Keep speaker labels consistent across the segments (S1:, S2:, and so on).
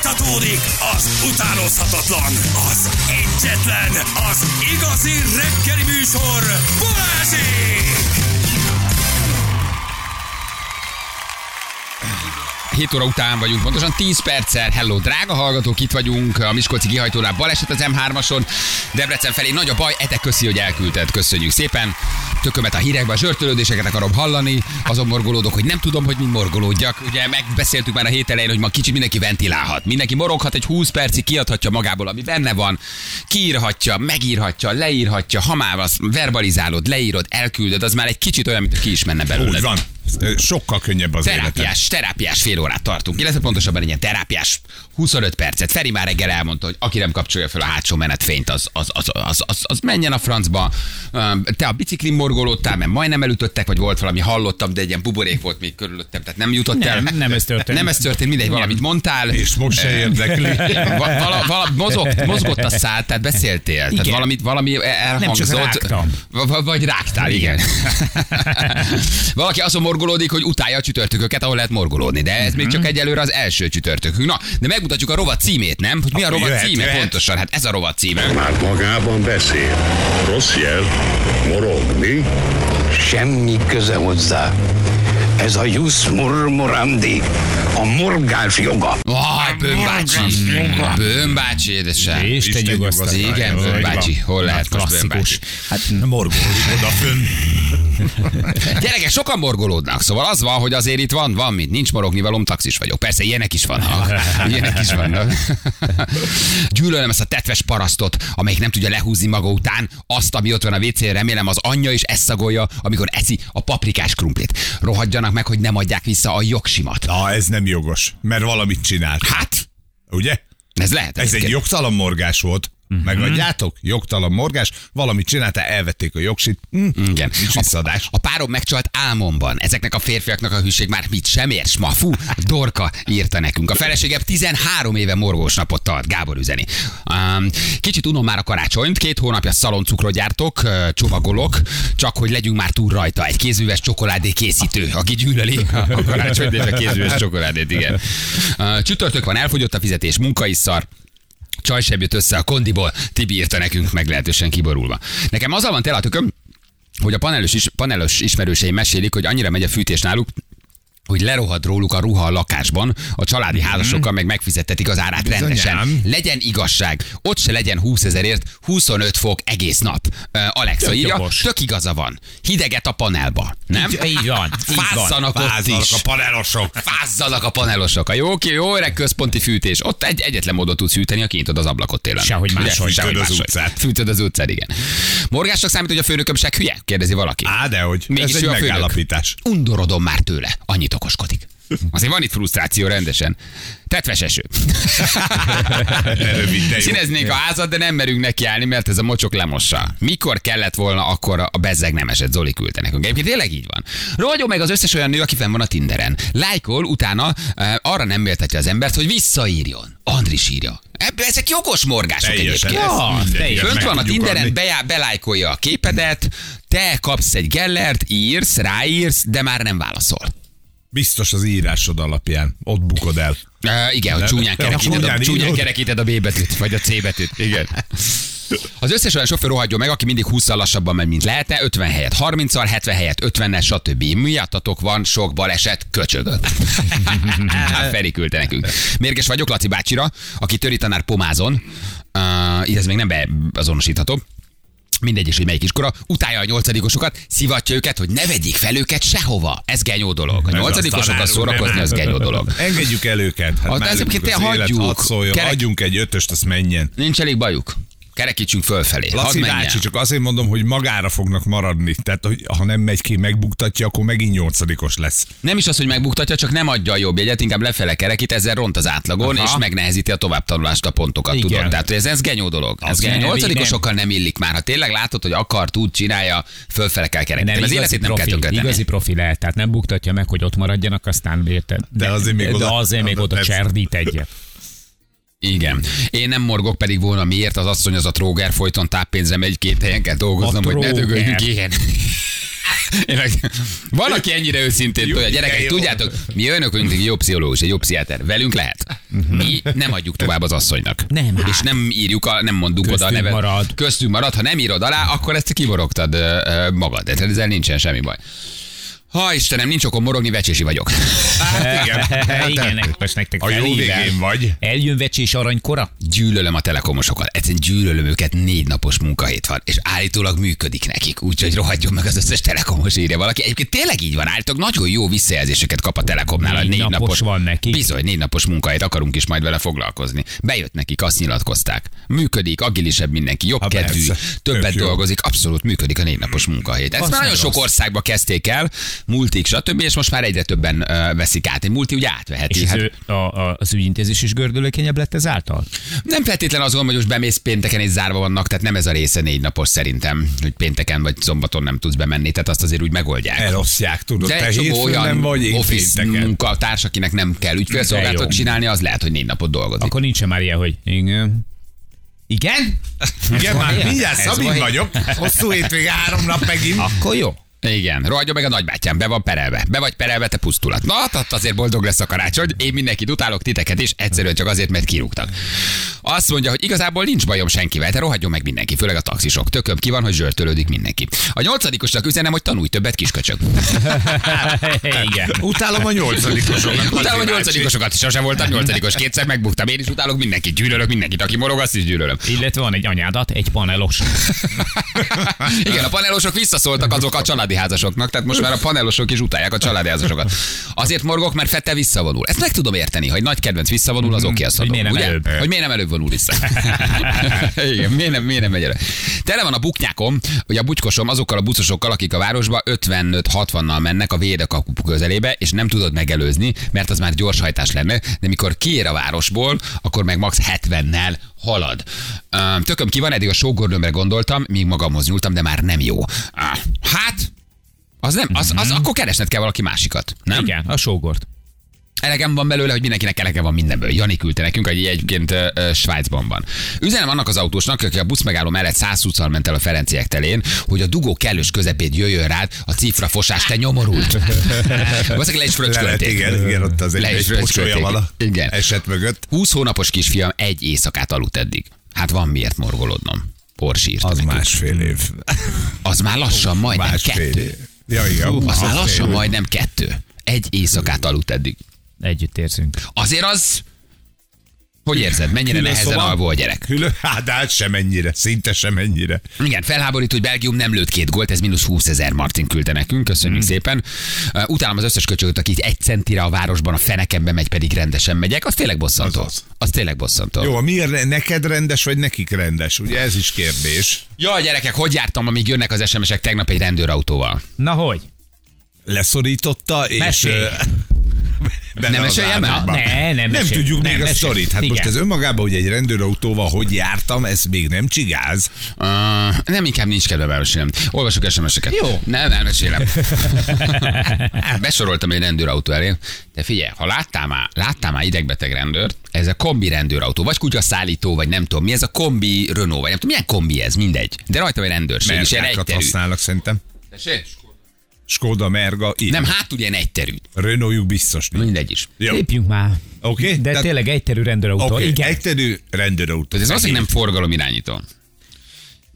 S1: Folytatódik az utánozhatatlan, az egyetlen, az igazi reggeli műsor, Balázsék!
S2: 7 óra után vagyunk, pontosan 10 perccel. Hello, drága hallgatók, itt vagyunk a Miskolci kihajtónál baleset az M3-ason. Debrecen felé nagy a baj, etek köszi, hogy elküldted. Köszönjük szépen. Tökömet a hírekbe, a zsörtölődéseket akarom hallani. Azon morgolódok, hogy nem tudom, hogy mind morgolódjak. Ugye megbeszéltük már a hét elején, hogy ma kicsit mindenki ventilálhat. Mindenki moroghat, egy 20 percig kiadhatja magából, ami benne van. Kiírhatja, megírhatja, leírhatja, ha már azt verbalizálod, leírod, elküldöd, az már egy kicsit olyan, mint ki is menne belőle
S3: Úgy van. Sokkal könnyebb az életem.
S2: terápiás, terápiás fél órát tartunk, illetve pontosabban egy ilyen terápiás 25 percet. Feri már reggel elmondta, hogy aki nem kapcsolja fel a hátsó menetfényt, az, az, az, az, az, az menjen a francba. Öm, Te a biciklin morgolódtál, mert majdnem elütöttek, vagy volt valami, hallottam, de egy ilyen buborék volt még körülöttem, tehát nem jutott el.
S4: Nem, nem ez történt.
S2: Nem ez történt, mindegy, valamit mondtál.
S3: És most se érdekli.
S2: Va- vala, vala, mozog, mozgott a szád, tehát beszéltél. Tehát
S4: Igen.
S2: valami, valami elhangzott.
S4: Nem csak rágtam.
S2: V- v- vagy rágtál, igen. Valaki azon morgolódik, hogy utálja a csütörtököket, ahol lehet morgolódni. De ez még csak
S3: Mhm.
S2: egyelőre az első csütörtökünk. Na, de megmutatjuk a rovat címét, nem? Hogy mi a
S3: Akkor
S2: rovat
S3: jöhet,
S2: címe?
S3: jöhet.
S2: Pontosan, hát ez a rovat címe.
S5: Már magában beszél. Rossz jel. Morogni.
S6: Semmi köze hozzá. Ez a jus murmurandi, a morgás joga.
S2: Aj, bőmbácsi! Bőmbácsi, édesem.
S4: Isten nyugasztalja.
S2: Igen,
S4: Jó,
S2: bőmbácsi.
S4: így van.
S2: Hol lehet
S4: Na,
S2: most bőmbácsi?
S4: klasszikus. Hát
S3: Morgolódik odafönn.
S2: Gyerekek, sokan morgolódnak, szóval az van, hogy azért itt van, van mit, nincs morogni valom, taxis vagyok. Persze, ilyenek is vannak. Ilyenek is vannak. Gyűlölöm ezt a tetves parasztot, amelyik nem tudja lehúzni maga után azt, ami ott van a wc remélem az anyja is ezt szagolja, amikor eszi a paprikás krumplit. Rohadjanak meg, hogy nem adják vissza a jogsimat.
S3: Na, ez nem jogos, mert valamit csinált.
S2: Hát,
S3: Ugye?
S2: ez lehet.
S3: Ez egy
S2: egyébként.
S3: jogtalan morgás volt.
S2: Mhm.
S3: Megadjátok? Jogtalan morgás. Valamit csinálta, elvették a jogsit. Hm,
S2: Igen.
S3: Nincs visszaadás.
S2: A párom megcsalt álmomban. Ezeknek a férfiaknak a hűség már mit sem ér, ma fú, Dorka írta nekünk. A feleségem 13 éve morgós napot tart, Gábor üzeni. Um, kicsit unom már a karácsonyt, két hónapja szaloncukrot gyártok, ö, csomagolok, csak hogy legyünk már túl rajta. Egy kézműves csokoládé készítő, aki gyűlöli a karácsonyt és a kézműves csokoládét, igen. Ö, Csütörtök van, elfogyott a fizetés, munka is szar. Csaj sem jött össze a kondiból, Tibi írta nekünk meglehetősen kiborulva. Nekem azzal van tele a tököm, hogy a panelös, is, panelös ismerőseim mesélik, hogy annyira megy a fűtés náluk, hogy lerohad róluk a ruha a lakásban, a családi
S4: Mhm.
S2: házasokkal meg megfizettetik az árát
S3: Bizonyám.
S2: rendesen. Legyen igazság, ott se legyen 20 ezerért, 25 fok egész nap. Ö, Alexa
S3: Tök
S2: írja,
S3: jogos.
S2: tök igaza van. Hideget a panelba, nem?
S4: Így- így van, így van.
S2: Fázzanak ott
S3: Fázzanak
S2: is.
S3: a panelosok.
S2: Fázzanak a panelosok. A jó, ki, jó öreg központi fűtés. Ott egy egyetlen módon tudsz hűteni, ha kinyitod az ablakot télen.
S4: Sehogy
S2: Ugye?
S4: máshogy.
S2: Sehogy
S3: Fűtöd az
S2: máshogy.
S3: utcát.
S2: Fűtöd az utcát, igen. Morgásnak számít, hogy a főnököm se hülye? Kérdezi valaki.
S3: Á, de hogy.
S2: Mégis
S3: Ez egy
S2: ő a főnök.
S3: megállapítás.
S2: Undorodom már tőle, annyit okoskodik. Azért van itt frusztráció rendesen. Tetves eső.
S3: De rövid, de jó.
S2: Színeznénk a házat, de nem merünk nekiállni, mert ez a mocsok lemossa. Mikor kellett volna, akkor a bezzeg nem esett, Zoli küldte nekünk. Egyébként tényleg így van. Rohagyom meg az összes olyan nő, aki fenn van a Tinderen. Lájkol, utána e, arra nem méltatja az embert, hogy visszaírjon. Andris írja. Ebbe, ezek jogos morgások
S3: Teljesen.
S2: egyébként.
S3: Ezt
S2: Ja,
S3: mindegyiket
S2: teljesen. Fönt
S3: meg
S2: van a
S3: tudjuk
S2: Tinderen,
S3: adni.
S2: bejá, belájkolja a képedet, te kapsz egy gellert, írsz, ráírsz, de már nem válaszol.
S3: Biztos az írásod alapján. Ott bukod el.
S2: Uh, igen, hogy
S3: Nem.
S2: csúnyán
S3: Ja,
S2: kerekíted, a,
S3: csúnyán
S2: csúnyán
S3: írod.
S2: kerekíted a B betűt, vagy a C betűt. Igen. Az összes olyan sofőr rohadjon meg, aki mindig 20 lassabban megy, mint lehetne, 50 helyet 30-al, 70 helyet 50-nel, stb. Miattatok van sok baleset, köcsögök. Feri küldte nekünk. Mérges vagyok Laci bácsira, aki töri tanár pomázon. Uh, így ez még nem beazonosítható. Mindegy is, hogy melyik iskola, utálja a nyolcadikosokat, szivatja őket, hogy ne vegyék fel őket sehova. Ez genyó dolog. A
S3: az
S2: nyolcadikosokat
S3: tanárunk,
S2: szórakozni,
S3: nem?
S2: az genyó dolog.
S3: Engedjük el őket. Hát
S2: Hát
S3: mellünk
S2: ezeket
S3: az
S2: te
S3: élet,
S2: hagyjuk.
S3: hadd szóljon.
S2: Kerek-
S3: Adjunk egy ötöst, azt menjen.
S2: Nincs elég bajuk. Kerekítsünk fölfelé. Hadd
S3: Laci
S2: menjen.
S3: bácsi, csak azért mondom, hogy magára fognak maradni. Tehát, hogy ha nem megy ki, megbuktatja, akkor megint nyolcadikos lesz.
S2: Nem is az, hogy megbuktatja, csak nem adja a jobb jegyet, inkább lefele kerekít, ezzel ront az átlagon, Aha.
S4: Aha.
S2: és megnehezíti a továbbtanulást, a pontokat,
S4: Igen.
S2: tudod. Tehát hogy ez, ez genyó dolog. Ez genyó.
S4: nem,
S2: Nyolcadikosokkal nem illik már. Ha tényleg látod, hogy akar, tud, csinálja, fölfele kell kerekíteni.
S4: nem,
S2: Nem, az
S4: igazi
S2: életét nem kell
S4: profi,
S2: tönkretenni.
S4: igazi profi lehet, tehát nem buktatja meg, hogy ott maradjanak, aztán érted.
S3: De azért még
S4: de
S3: oda-
S4: azért még
S3: oda
S4: oda
S3: tesz.
S4: cserdít egyet.
S2: Igen. Én nem morgok pedig volna miért, az asszony az a tróger folyton táppénzem egy-két helyen kell dolgoznom,
S4: A
S2: hogy ne
S4: tróger.
S2: dögöljünk. Igen. Én meg- Van, aki ennyire őszintén tudja. Gyerekek,
S3: jó.
S2: tudjátok, mi önök vagyunk egy jó pszichológus, egy jó pszichiáter. Velünk lehet. Mi nem adjuk tovább az asszonynak.
S4: Mhm. Nem, hát.
S2: És nem írjuk, a, nem mondunk oda a
S4: Köztünk
S2: nevet.
S4: marad.
S2: Köztünk marad. Ha nem írod alá, akkor ezt kiborogtad ö, ö, magad. Tehát Ezzel nincsen semmi baj. Ha Istenem, nincs okom morogni, vecsési vagyok.
S4: Hát Igen, igen, most nektek
S3: Hát A jó
S4: felhívás.
S3: végén vagy.
S4: Eljön vecsés aranykora?
S2: Gyűlölöm a telekomosokat. Egyszerűen gyűlölöm őket, négy napos munkahét van, és állítólag működik nekik, úgyhogy rohadjon meg az összes telekomos írja valaki. Egyébként tényleg így van, állítólag nagyon jó visszajelzéseket kap a telekomnál. a
S4: Négy
S2: négy
S4: napos van nekik.
S2: Bizony, négy napos munkahét, akarunk is majd vele foglalkozni. Bejött nekik, azt nyilatkozták. Működik, agilisebb mindenki, jobb
S3: Ha
S2: kedvű,
S3: persze.
S2: többet
S3: Tök jó.
S2: dolgozik, abszolút működik a négy napos munkahét. Ezt már nagyon sok országba kezdték el, multik, stb., és most már egyre többen ö, veszik át. Egy multi ugye átveheti.
S4: És az,
S2: hát-
S4: ő, a, a, az ügyintézés is gördülékenyebb lett ezáltal?
S2: nem feltétlen azon, hogy most bemész pénteken és zárva vannak, tehát nem ez a része négy napos szerintem, hogy pénteken vagy szombaton nem tudsz bemenni, tehát azt azért úgy megoldják.
S3: Elosztják, tudod,
S2: De
S3: te
S2: egy csomó
S3: hétfőn
S2: olyan
S3: nem vagy, én
S2: office
S3: pénteken.
S2: munkatárs, akinek nem kell ügyfélszolgálatot
S4: De jó.
S2: csinálni, az lehet, hogy négy napot dolgozik.
S4: Akkor nincsen már ilyen, hogy igen. Igen?
S3: Igen, már
S2: ilyen?
S3: mindjárt
S2: Ez
S3: Szabin
S2: van.
S3: vagyok. Hosszú hétvég, három nap megint.
S4: Akkor jó.
S2: Igen, rohagyja meg a nagybátyám, be van perelve. Be vagy perelve, te pusztulat. Na, tehát azért boldog lesz a karácsony. Én mindenkit utálok, titeket is, egyszerűen csak azért, mert kirúgtak. Azt mondja, hogy igazából nincs bajom senkivel, de rohadjon meg mindenki, főleg a taxisok. Tököm ki van, hogy zsörtölődik mindenki. A nyolcadikosnak üzenem, hogy tanulj többet, kisköcsög.
S4: Ah, Igen.
S3: Utálom a nyolcadikosokat.
S2: Utálom a
S3: Laci bácsi.
S2: nyolcadikosokat, sose voltam nyolcadikos, kétszer megbuktam, én is utálok mindenkit, gyűlölök mindenkit, aki morog, azt is gyűlölöm.
S4: Illetve van egy anyádat, egy panelos.
S2: Igen, a panelosok visszaszóltak azok a családi házasoknak, tehát most már a panelosok is utálják a családi házasokat. Azért morgok, mert Fette visszavonul. Ezt meg tudom érteni, hogy nagy kedvenc visszavonul, az oké, azt
S4: Hogy
S2: adom,
S4: miért nem
S2: ugye?
S4: előbb?
S2: Hogy miért nem előbb vonul vissza? Igen, miért nem, miért nem megy előbb? Tele van a buknyákom, vagy a butykosom azokkal a buszosokkal, akik a városba 55-60-nal mennek a védekapu közelébe, és nem tudod megelőzni, mert az már gyors hajtás lenne, de mikor kiér a városból, akkor meg max 70-nel halad. Öm, Tököm ki van, eddig a sógornőmre gondoltam, míg magamhoz nyúltam, de már nem jó. Áh, Hát, az nem, az, az akkor keresned kell valaki másikat, nem?
S4: Igen, a sógort.
S2: Elegem van belőle, hogy mindenkinek elege van mindenből. Jani küldte nekünk, hogy egyébként ö, ö, Svájcban van. Üzenem annak az autósnak, aki a buszmegálló mellett 120 al ment el a Ferenciek telén, hogy a dugó kellős közepét jöjjön rád, a cifra fosás te nyomorult. Valószínűleg le is
S3: Lehet,
S2: fröccskölték.
S3: igen, igen, ott az egy,
S2: Le is
S3: egy
S2: fröccskölték.
S3: pocsolya vala
S2: Igen.
S3: eset mögött.
S2: 20 hónapos kisfiam egy éjszakát aludt eddig. Hát van miért morgolódnom. Pors írta
S3: Az
S2: nekünk.
S3: másfél év.
S2: az már lassan majdnem
S3: Másfél év.
S2: kettő.
S3: Ja, igen.
S2: Az már
S3: másfél
S2: lassan
S3: év.
S2: majdnem kettő. Egy éjszakát aludt eddig.
S4: Együtt érzünk.
S2: Azért az... Hogy érzed, mennyire nehezen
S3: Hüllőszoba?
S2: alvó a gyerek?
S3: Hüllő, hát, de hát sem ennyire, szinte sem ennyire.
S2: Igen, felháborít, hogy Belgium nem lőtt két gólt, ez mínusz 20 ezer Martin küldte nekünk, köszönjük hmm. szépen. Uh, Utálom az összes köcsögöt, aki így egy centire a városban, a fenekembe megy, pedig rendesen megyek, az tényleg bosszantó. Az,
S3: Azaz.
S2: tényleg bosszantó.
S3: Jó, miért ne- neked rendes, vagy nekik rendes? Ugye ez is kérdés.
S2: Jaj, gyerekek, hogy jártam, amíg jönnek az SMS-ek tegnap egy rendőrautóval?
S4: Na hogy?
S3: Leszorította, és...
S4: Mesélj.
S3: ö, bele
S2: Nem
S3: az
S2: meséljem el?
S3: árnyékba.
S4: Ne, nem
S3: nem
S4: mesélj.
S3: tudjuk
S4: Nem
S3: még a
S4: mesélj.
S3: sztorit. Hát most
S4: Igen.
S3: ez önmagában, hogy egy rendőrautóval hogy jártam, ez még nem csigáz.
S2: Uh, nem, inkább nincs kedve elmesélem. Olvasok SMS-eket.
S4: Jó.
S2: Nem, elmesélem. Besoroltam egy rendőrautó elé. De figyelj, ha láttál már, láttál már idegbeteg rendőrt, ez a kombi rendőrautó, vagy kutyaszállító, vagy nem tudom mi, ez a kombi Renault, vagy nem tudom, milyen kombi ez, mindegy. De rajta egy rendőrség, és ilyen
S3: Mergákat
S2: egyterű.
S3: használnak szerintem.
S2: Tessék?
S3: Skoda, Merga, ilyen.
S2: Nem, hátul ilyen egyterű.
S3: Renaultjuk biztos nincs.
S2: Mindegy is.
S3: Jó.
S4: Lépjünk már.
S3: Oké,
S4: De
S3: tehát-
S4: tényleg egyterű rendőrautó.
S3: Oké,
S4: Igen.
S3: egyterű rendőrautó.
S2: Ez az, hogy nem forgalom irányító.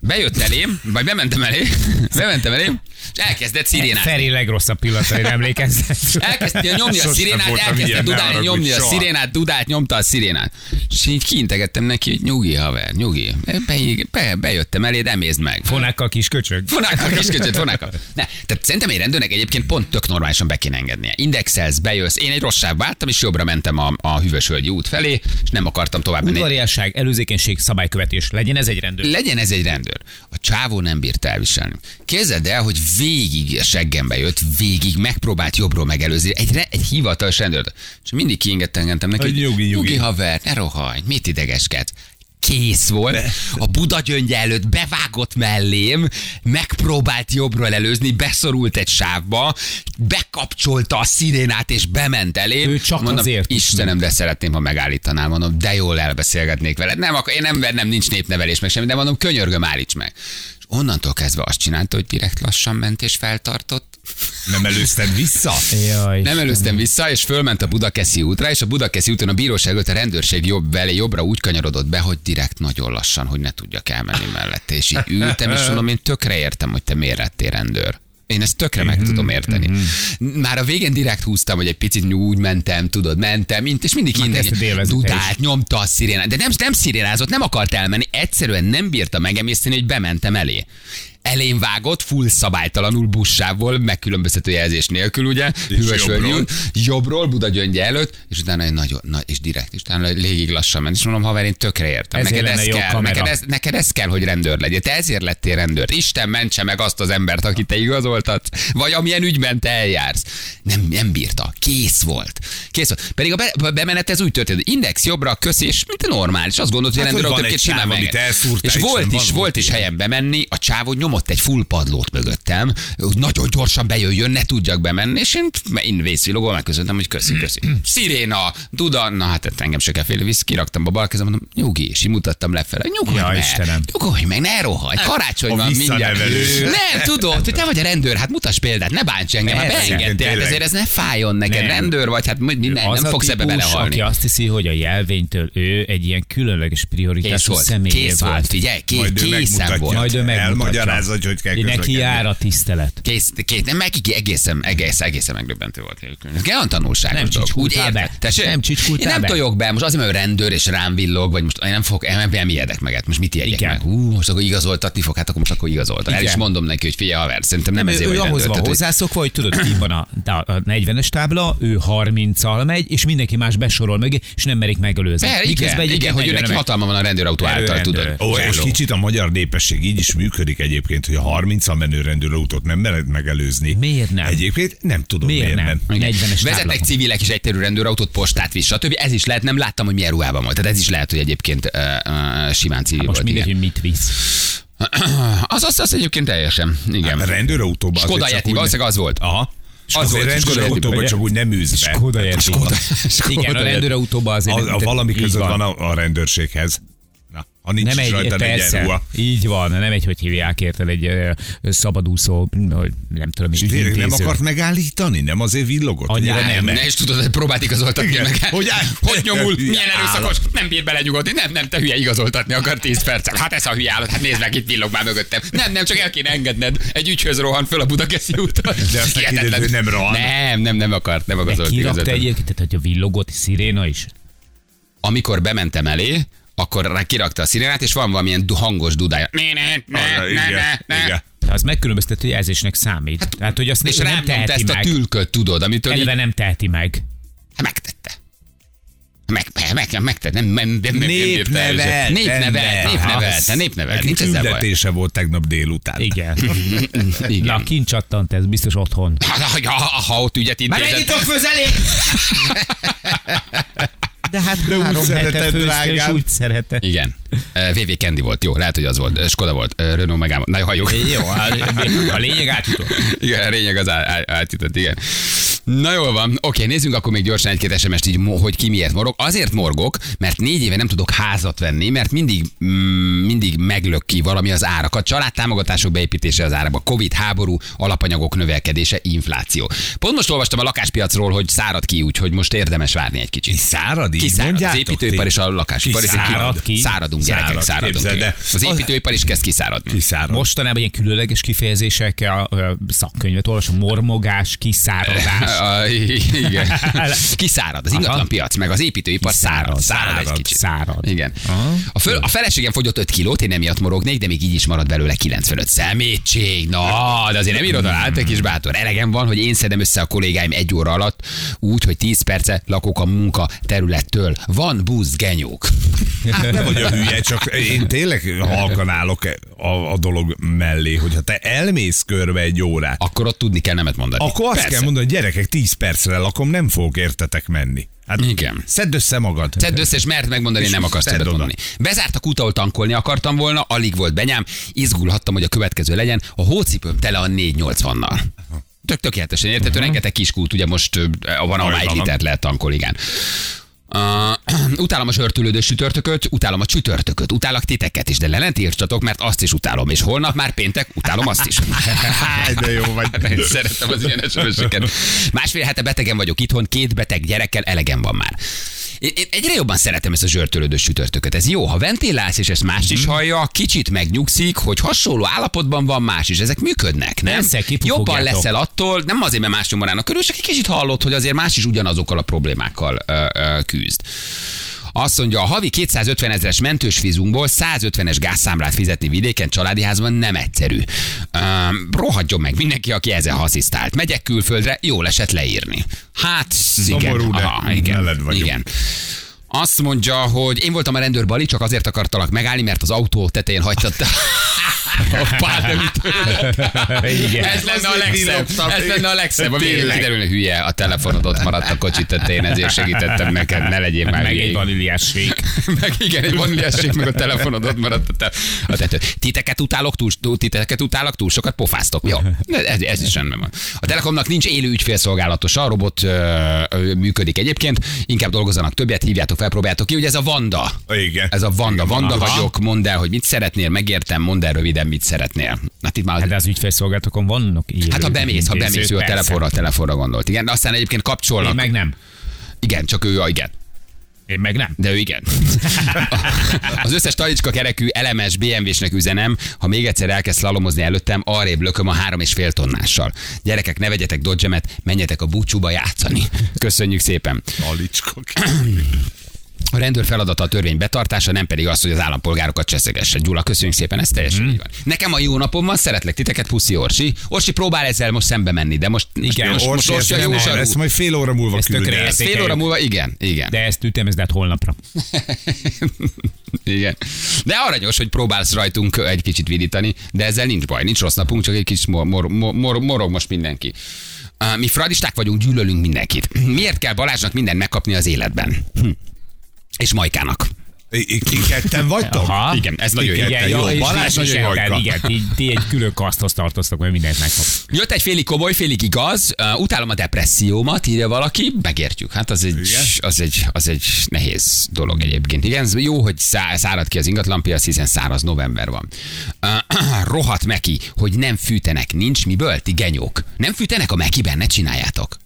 S2: Bejött elém, vagy bementem elé, bementem elém, és elkezdett szirénát
S4: Feri legrosszabb pillanatra emlékeztet.
S2: Elkezdte nyomni a
S3: Sosem
S2: szirénát,
S3: voltam
S2: elkezdte
S3: ilyen, ne
S2: dudálni,
S3: haragudj,
S2: nyomni a
S3: soha.
S2: szirénát, dudált, nyomta a szirénát. És így kiintegettem neki, hogy nyugi haver, nyugi. Be, be, bejöttem eléd, emézd meg.
S4: Fonákkal kis köcsög.
S2: Fonákkal, kis köcsöt, fonákkal. Ne, tehát szerintem egy rendőrnek egyébként pont tök normálisan be kéne engednie. Indexelsz, bejössz. Én egy rosszább váltam, és jobbra mentem a, a hűvös hölgyi út felé, és nem akartam tovább menni.
S4: Udvariasság, előzékenység, szabálykövetés. Legyen ez egy rendőr.
S2: Legyen ez egy rendőr. A csávó nem bírt elviselni. Képzeld el, hogy végig a seggembe jött, végig megpróbált jobbról megelőzni. Egy, re- egy hivatalos rendőrt. És mindig kiingettem engedtem neki.
S3: Hogy nyugi, nyugi.
S2: nyugi haver, ne rohaj, mit idegesked? kész volt, a Buda gyöngye előtt bevágott mellém, megpróbált jobbról előzni, beszorult egy sávba, bekapcsolta a szirénát és bement elé.
S4: Ő csak
S2: mondom,
S4: azért tud
S2: Istenem, de szeretném, ha megállítanál, mondom, de jól elbeszélgetnék veled. Nem, akkor én nem, nem nincs népnevelés, meg semmi, de mondom, könyörgöm, állíts meg. És onnantól kezdve azt csinálta, hogy direkt lassan ment és feltartott.
S3: Nem előzted vissza?
S4: Jaj.
S2: Nem előztem vissza, és fölment a Budakeszi útra, és a Budakeszi úton a bíróság előtt a rendőrség jobb vele, jobbra úgy kanyarodott be, hogy direkt nagyon lassan, hogy ne tudjak elmenni mellette. És így ültem, és mondom, én tökre értem, hogy te miért lettél rendőr. Én ezt tökre meg tudom érteni. Már a végén direkt húztam, hogy egy picit úgy mentem, tudod, mentem, mint, és mindig
S4: ezt a
S2: innen
S4: délvezetés.
S2: dudált, nyomta a szirénát, de nem, nem szirénázott, nem akart elmenni, egyszerűen nem bírta megemészteni, hogy bementem elé. Elén vágott, full szabálytalanul bussával, megkülönböztető jelzés nélkül, ugye, hűvös
S3: jobbról.
S2: jobbról. jobbról, Buda gyöngye előtt, és utána egy nagyon, na, és direkt, és utána légig lassan ment, és mondom, haver, én tökre értem.
S4: Ezért
S2: Neked ez,
S4: lenne jó
S2: kell,
S4: kamera.
S2: neked, ez, neked ez kell, hogy rendőr legyél. Te ezért lettél rendőr. Isten mentse meg azt az embert, akit te igazoltatsz, vagy amilyen ügyben te eljársz. Nem, nem bírta. Kész volt. Kész volt. Pedig a be, a bemenet ez úgy történt, hogy index jobbra, kösz, és mint normális. Azt gondolod, hogy
S3: Hát,
S2: a
S3: hogy
S2: rendőr
S3: van
S2: többként
S3: egy
S2: simán
S3: sáv,
S2: megy.
S3: amit elszúrtál,
S2: És
S3: és
S2: volt
S3: nem
S2: is,
S3: van
S2: volt is helyen bemenni, a csávó nyomott egy full padlót mögöttem, hogy nagyon gyorsan bejöjjön, ne tudjak bemenni, és én, én vészvilogol, megközöltem, hogy köszi, köszi. Sziréna, Duda, na hát ezt engem se kell félni, visz, kiraktam a bal kezem, mondom, nyugi, és így mutattam lefele, nyugodj
S4: Ja,
S2: meg,
S4: Istenem.
S2: nyugodj meg, ne rohaj, karácsony
S3: A
S2: van mindjárt.
S3: visszanevelő.
S2: Nem, tudod, hogy te vagy a rendőr, hát mutas példát, ne bánts engem, hát
S4: Persze,
S2: beengedtél, hát
S3: tényleg.
S2: ezért ez ne fájjon neked,
S4: Nem.
S2: rendőr vagy, hát minden,
S4: az
S2: nem
S4: a
S2: fogsz ebbe
S4: típus, Aki
S2: belehalni.
S4: azt hiszi, hogy a jelvénytől ő egy ilyen különleges
S2: Kész
S4: prioritású
S2: volt,
S4: személyé
S2: kész volt,
S4: vált.
S2: figyelj, ké-
S3: Majd ő
S2: készen
S3: megmutatja.
S2: volt.
S4: Majd ő megmutatja.
S3: Elmagyarázza, hogy hogy kell
S4: Neki
S3: közlekedni.
S4: jár a tisztelet.
S2: Kész, két, nem, meg ki- egészen, egészen, egészen megdöbbentő volt. Ez olyan tanulság.
S4: Nem csicskultál be.
S2: Nem
S4: Nem csicskultál
S2: Én nem
S4: be.
S2: tojok be, most azért, mert ő rendőr és rám villog, vagy most én nem fogok, nem, nem ijedek meg, hát most mit ijedjek
S4: Igen.
S2: meg? Hú, most akkor igazoltatni fog, hát akkor most akkor igazoltat. El
S4: Igen.
S2: is mondom neki, hogy figyelj, haver, szerintem nem,
S4: Nem,
S2: ezért
S4: ő,
S2: vagy
S4: ő ahhoz
S2: rendőr.
S4: van
S2: Tehát, hogy-
S4: hozzászokva, hogy tudod, ki van a, a 40-es tábla, ő 30-al megy, és mindenki más besorol mögé, és nem merik megelőzni.
S2: Per,
S4: Miközben
S2: igen,
S4: egyébként
S2: igen, hogy ő
S4: nagyon
S2: neki
S4: remek.
S2: hatalma van a rendőrautó által,
S4: Erőrendőr.
S2: tudod.
S3: Ó, és
S2: Zsarló.
S3: kicsit a magyar népesség így is működik egyébként, hogy a 30 a menő rendőrautót nem mered megelőzni.
S4: Miért nem?
S3: Egyébként nem tudom, miért,
S4: Miért nem?
S3: nem.
S4: 40-es tábla.
S2: Vezetnek civilek is egyterű rendőrautót, postát visz, stb. Ez is lehet, nem láttam, hogy milyen ruhában volt. Tehát ez is lehet, hogy egyébként ö, ö, simán civil
S4: Most
S2: volt.
S4: mindegy,
S2: igen.
S4: hogy mit visz.
S2: Az, az, az egyébként teljesen.
S3: Hát A
S2: Igen.
S3: rendőrautóban
S2: Skoda
S3: azért csak
S2: Yeti,
S3: úgy-
S2: valószínűleg az volt.
S3: Aha.
S2: Az
S3: Az
S2: volt,
S3: volt,
S2: Skoda
S3: rendőrautóban
S2: Yeti,
S3: csak úgy nem ülsz be.
S4: Skoda Yeti.
S3: Skoda.
S2: Skoda
S4: Igen, a
S2: Yeti.
S4: rendőrautóban azért...
S3: A, a
S4: nem-
S3: valami
S4: így
S3: között van a, a rendőrséghez. Na, ha nincs
S4: Nem
S3: is
S4: egy,
S3: rajta
S4: persze,
S3: egyenruha.
S4: így van, nem egy, hogy hívják érted, egy ö, ö, szabadúszó, m, hogy nem tudom,
S3: És tényleg nem akart megállítani? Nem azért villogott?
S4: Annyira
S3: hogy
S4: nem.
S3: állj
S2: Ne,
S3: meg?
S2: és tudod, hogy próbált igazoltatni
S3: Igen.
S2: meg.
S3: Hogy áll-
S2: hogy nyomul, milyen
S3: Hülye
S2: erőszakos,
S3: állat.
S2: nem bír bele nyugodni, nem, nem, te hülye igazoltatni akar 10 percet. Hát ez a hülye állat, hát nézd meg, itt villog már mögöttem. Nem, nem, csak el kéne engedned. Egy ügyhöz rohan föl a Budakeszi úton.
S3: De azt
S2: Hihetetlen.
S3: kiderült, hogy nem rohan.
S2: Nem, nem, nem akart, nem akart
S4: Kirakta
S2: igazoltatni.
S4: egyébként, tehát hogy a villogott sziréna is.
S2: Amikor bementem elé, akkor rá kirakta a szirénát, és van valamilyen du- hangos dudája. Ne, ne, ne,
S3: Arra,
S2: ne,
S3: igen,
S2: ne, ne.
S3: igen.
S4: De az megkülönböztető jelzésnek számít. Hát, hát hogy azt
S2: És
S4: ő nem
S2: rám nyomta
S4: teheti
S2: ezt a
S4: meg.
S2: tülköt, tudod, amitől így
S4: Eleve nem teheti meg.
S2: Hát megtette. Meg, meg, megtette, nem, nem, nem, nem
S3: Népnevelt
S2: népnevelt,
S3: ember. Hát,
S2: népnevelt, népnevelt,
S3: Neki
S2: hát nincs ezzel baj.
S3: tüntetése volt tegnap délután.
S4: Igen.
S2: Igen.
S4: Na, kincsattant ez, biztos otthon.
S2: Ha, ha, ha, ha ott ügyet intézett.
S4: főzelé! De hát De három
S3: szereted,
S4: hete főztél, és
S3: drágám.
S4: úgy szereted.
S2: Igen. Ö, VV Candy volt, jó, lehet, hogy az volt. Ö, Skoda volt, Ö, Renault Megán. Na jó, hagyjuk.
S4: Jó, a, a lényeg átjutott.
S2: Igen, a lényeg az á- á- átjutott, igen. Na jól van, oké, nézzünk akkor még gyorsan egy-két SMS-t, így, mo- hogy ki miért morog. Azért morgok, mert négy éve nem tudok házat venni, mert mindig, mm, mindig meglök ki valami az árakat. Családtámogatások beépítése az áraba, Covid, háború, alapanyagok növekedése, infláció. Pont most olvastam a lakáspiacról, hogy szárad ki, úgyhogy most érdemes várni egy kicsit.
S3: Szárad így
S2: Kiszárad az
S3: mondjátok
S2: építőipar
S3: ti?
S2: és a lakásipar. és
S3: Kiszárad
S2: szárad-
S4: ki?
S2: Száradunk, gyerekek,
S3: Szárad,
S2: száradunk.
S3: képzeld
S2: igen.
S3: el.
S2: Az építőipar is kezd kiszáradni.
S3: Kiszárad.
S4: Mostanában ilyen különleges kifejezésekkel a, a szakkönyvet olvasom, mormogás, kiszáradás.
S2: A, Ah, igen. Kiszárad. Az ingatlan piac, meg az építőipar szárad.
S4: Kiszárad,
S2: Szárad egy
S4: szárad,
S2: kicsit.
S4: szárad.
S2: Igen. A, föl, a feleségem fogyott 5 kilót, én emiatt morognék, de még így is marad belőle 95 szemétség. Na, de azért nem írod alá, te kis bátor. Elegem van, hogy én szedem össze a kollégáim egy óra alatt, úgy, hogy 10 perce lakok a munka területtől. Van busz, genyók.
S3: Nem vagy a hülye, csak én tényleg halkan állok a, a dolog mellé, hogyha te elmész körbe egy órát,
S2: Akkor ott tudni kell nemet mondani.
S3: akkor azt
S2: Persze.
S3: kell mondani, hogy gyerekek, 10 percre lakom, nem fogok értetek menni. Hát
S2: Igen.
S3: Szedd össze magad.
S2: Szedd össze, és mert megmondani, én nem akarsz
S3: Szedd
S2: többet
S3: oda.
S2: mondani. Bezártak út, ahol tankolni akartam volna, alig volt benyám, izgulhattam, hogy a következő legyen. A hócipőm tele a 480-nal. Tök tökéletesen értető, rengeteg kiskút, ugye most ö, Mhm. van, ahol már egy
S3: vannak.
S2: litert lehet tankolni, igen. Uh, utálom a sörtülődős sütörtököt, utálom a csütörtököt, utálak titeket is, de le ne írtsatok, mert azt is utálom, és holnap már péntek, utálom azt is.
S3: Háj, de jó vagy.
S2: Én szeretem az ilyen esősöket. Másfél hete betegen vagyok itthon, két beteg gyerekkel elegem van már. Én én egyre jobban szeretem ezt a zsörtölődős csütörtököt. Ez jó, ha ventilálsz, és ezt más is hallja, kicsit megnyugszik, hogy hasonló állapotban van más is. Ezek működnek, nem?
S4: Persze, kipufogjátok.
S2: jobban leszel attól, nem azért, mert más nyomorának körül, csak egy kicsit hallod, hogy azért más is ugyanazokkal a problémákkal ö, ö, küzd. Azt mondja, a havi 250 ezeres mentős fizunkból 150-es gázszámlát fizetni vidéken családi házban nem egyszerű. Um, rohadjon meg mindenki, aki ezzel haszisztált. Megyek külföldre, jól esett leírni. Hát, igen.
S3: Szomorú, de veled vagyunk.
S2: igen. Azt mondja, hogy én voltam a rendőr Bali, csak azért akartalak megállni, mert az autó tetején hagytad a páldeütődet.
S4: Igen.
S2: Ez lenne a legszebb.
S3: villogtam.
S2: Ez lenne a legszebb. A végén
S3: Tényleg.
S2: kiderül, hogy hülye, a telefonod ott maradt a kocsi tetején, ezért segítettem neked, ne legyél már
S4: Meg
S2: hülyék.
S4: egy Hát vaníliás sék.
S2: meg igen, egy vaníliásség, meg a telefonod ott maradt a, te, a tető. Titeket utálok túl, túl- titeket utálok túl, sokat pofáztok. Jó, ez, ez is rendben van. A Telekomnak nincs élő ügyfélszolgálatosa, a robot ö, ö, működik egyébként, inkább dolgozzanak többet, hívjátok fel, próbáljátok ki, ugye ez a Vanda.
S3: Igen.
S2: Ez a Vanda, Vanda
S4: aha.
S2: vagyok, mondd el, hogy mit szeretnél, megértem, mondd el röviden, mit szeretnél. Hát itt már
S4: Hát de az ügyfélszolgálatokon vannak ilyen.
S2: Hát ha bemész, ha bemész, ő a
S4: persze.
S2: telefonra, a telefonra gondolt. Igen, de aztán egyébként
S4: Én
S2: kapcsolnak.
S4: meg nem.
S2: Igen, csak ő, ja, igen.
S4: Én meg nem.
S2: De ő igen. Az összes talicska kerekű elemes BMW-snek üzenem, ha még egyszer elkezd lalomozni előttem, arrébb lököm a három és fél tonnással. Gyerekek, ne vegyetek dodgemet, menjetek a búcsúba játszani. Köszönjük szépen.
S3: Alicskok.
S2: A rendőr feladata a törvény betartása, nem pedig az, hogy az állampolgárokat cseszegesse. Gyula, köszönjük szépen, ez teljesen így van. Nekem a jó napom van, szeretlek titeket, puszi Orsi. Orsi, próbál ezzel most szembe menni, de most igen, most, most Orsi a jó
S3: nem,
S2: zsarú.
S3: ezt majd fél óra múlva
S4: Ez
S3: küld
S4: tökre
S3: el.
S4: érsz.
S2: Ezt fél óra múlva, igen, igen.
S4: De ezt ütemezd át holnapra.
S2: Igen. De aranyos, hogy próbálsz rajtunk egy kicsit vidítani, de ezzel nincs baj, nincs rossz napunk, csak egy kicsit mor, mor, mor, mor, morog most mindenki. Á, Mi fradisták vagyunk, gyűlölünk mindenkit. Miért kell Balázsnak mindent megkapni az életben? Hm. És Majkának.
S3: I- I- Ki ketten vagytok?
S4: Aha.
S2: Igen, ez nagyon jó.
S4: Igen,
S3: Ketten,
S4: jó,
S3: jó.
S4: és
S3: Balázs
S4: és
S3: nagyon jó
S4: Erkel,
S3: anyka.
S4: Igen, ti, ti egy külön kaszthoz tartoztok, mert mindent megkap.
S2: Jött egy félig komoly, félig igaz. Á, Utálom a depressziómat, írja valaki. Megértjük. Hát az egy, az egy, az egy nehéz dolog egyébként. Igen, ez jó, hogy szá- szárad ki az ingatlanpiac, hiszen száraz november van. Á, Rohadt meki, hogy nem fűtenek, nincs miből, ti genyók. Nem fűtenek a mekiben, ne csináljátok.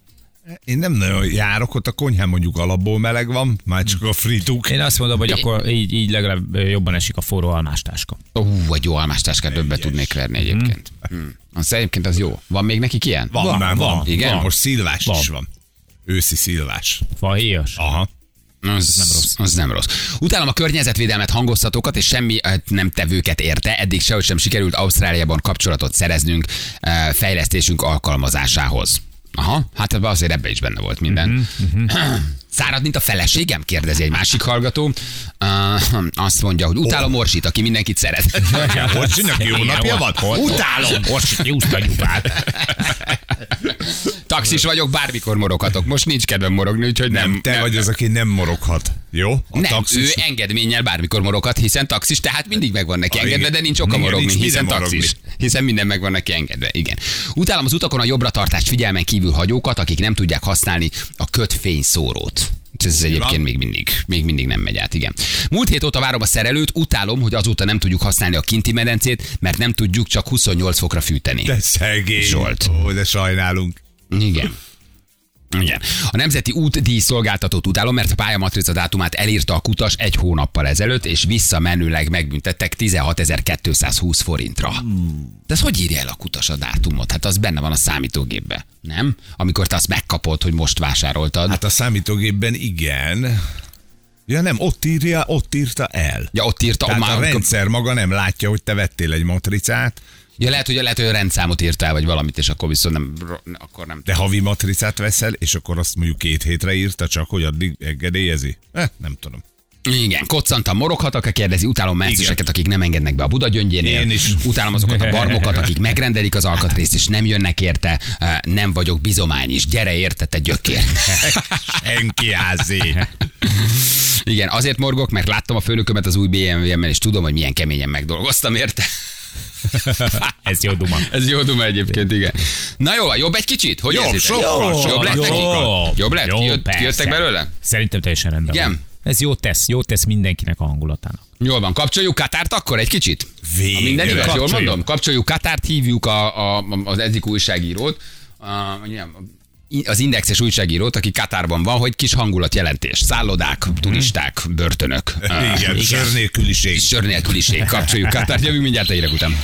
S3: Én nem nagyon járok, ott a konyhám mondjuk alapból meleg van, már csak a frituk.
S4: Én azt mondom, hogy akkor így, így legalább jobban esik a forró almástáska.
S2: Ú, egy jó almástáskát többet tudnék verni egyébként. Hm. Az egyébként az jó. Van még nekik ilyen?
S3: Mhm. Van, van, már van.
S2: Igen?
S3: Van. Most szilvás
S4: Van.
S3: is van. Őszi szilvás.
S4: Fahéjas.
S3: Aha.
S2: Az, az nem rossz. Az nem rossz. Utálom a környezetvédelmet, hangoztatókat és semmi eh, nem tevőket érte. Eddig sehogy sem sikerült Ausztráliában kapcsolatot szereznünk eh, fejlesztésünk alkalmazásához. Aha, hát ebben azért ebben is benne volt minden. Szárad, mint a feleségem? Kérdezi egy másik hallgató. Uh, azt mondja, hogy utálom Orsit, aki mindenkit szeret.
S3: Orsinak jó
S4: Igen,
S3: napja van?
S4: ott- ott-
S3: Utálom!
S4: Orsi, kiúszd a nyugát.
S2: Taxis vagyok, bármikor moroghatok. Most nincs kedvem morogni, úgyhogy nem.
S3: Nem, te vagy az, aki nem moroghat. Jó? A
S2: Nem,
S3: taxis.
S2: ő engedménnyel bármikor moroghat, hiszen taxis, tehát mindig megvan neki
S3: Ah,
S2: engedve,
S3: igen.
S2: de nincs oka
S3: Igen,
S2: morogni,
S3: nincs mire
S2: hiszen
S3: morogni.
S2: taxis. Hiszen minden megvan neki engedve, igen. Utálom az utakon a jobbra tartást figyelmen kívül hagyókat, akik nem tudják használni a kötfényszórót. Ez egyébként még mindig, még mindig nem megy át, igen. Múlt hét óta várom a szerelőt, utálom, hogy azóta nem tudjuk használni a kinti medencét, mert nem tudjuk csak 28 fokra fűteni.
S3: De szegény.
S2: Zsolt.
S3: Ó, de sajnálunk.
S2: Igen. Igen. A Nemzeti Útdíj Szolgáltatót utálom, mert a pályamatrica dátumát elírta a kutas egy hónappal ezelőtt, és visszamenőleg megbüntettek 16.220 forintra. De ez hogy írja el a kutas a dátumot? Hát az benne van a számítógépbe, nem? Amikor te azt megkapod, hogy most vásároltad. Hát,
S3: Hát a számítógépben igen. Ja nem, ott írja, ott írta el.
S2: ja, ott írta,
S3: Tehát a
S2: már,
S3: rendszer maga nem látja, hogy te vettél egy matricát,
S2: ja, lehet, hogy, lehet, hogy a rendszámot írtál, vagy valamit, és akkor viszont nem, akkor nem.
S3: de havi matricát veszel, és akkor azt mondjuk két hétre írta, csak hogy addig engedélyezi. Eh, nem tudom.
S2: Igen, koccantam moroghatak, kérdezi, utálom merceseket,
S3: Igen.
S2: akik nem engednek be a Buda gyöngyénél.
S3: Én is.
S2: Utálom azokat a barmokat, akik megrendelik az alkatrészt, és nem jönnek érte, Eh, nem vagyok bizomány is, gyere érte, te gyökér.
S3: Senki házé.
S2: Igen, azért morgok, mert láttam a főnökömet az új BMW-emmel, és tudom, hogy milyen keményen megdolgoztam érte.
S4: Ez jó duma.
S2: Ez jó duma egyébként, igen. Na jó, jobb egy kicsit? Hogy
S3: Jobb,
S2: érzitek?
S3: sokkal,
S2: jobb, jobb
S3: sokkal
S2: lett nekik?
S4: jobb.
S2: Jobb lett?
S4: Jobb,
S2: Kijött,
S4: persze.
S2: kijöttek belőle?
S4: Szerintem teljesen rendben
S2: Igen.
S4: van. Ez jó tesz, jó tesz mindenkinek a hangulatának.
S2: Jól van, kapcsoljuk Katárt akkor egy kicsit?
S3: Végre.
S2: Ha minden igaz, jól
S4: Kapcsoljuk.
S2: mondom? Kapcsoljuk Katárt, hívjuk a, a, az egyik újságírót, a, hogy nem, az indexes újságírót, aki Katárban van, hogy kis hangulatjelentés. Szállodák, turisták, börtönök.
S3: Mhm. Igen, sör nélküliség.
S2: Sör nélküliség. Kapcsoljuk Katárt, jövünk mindjárt a hírek után.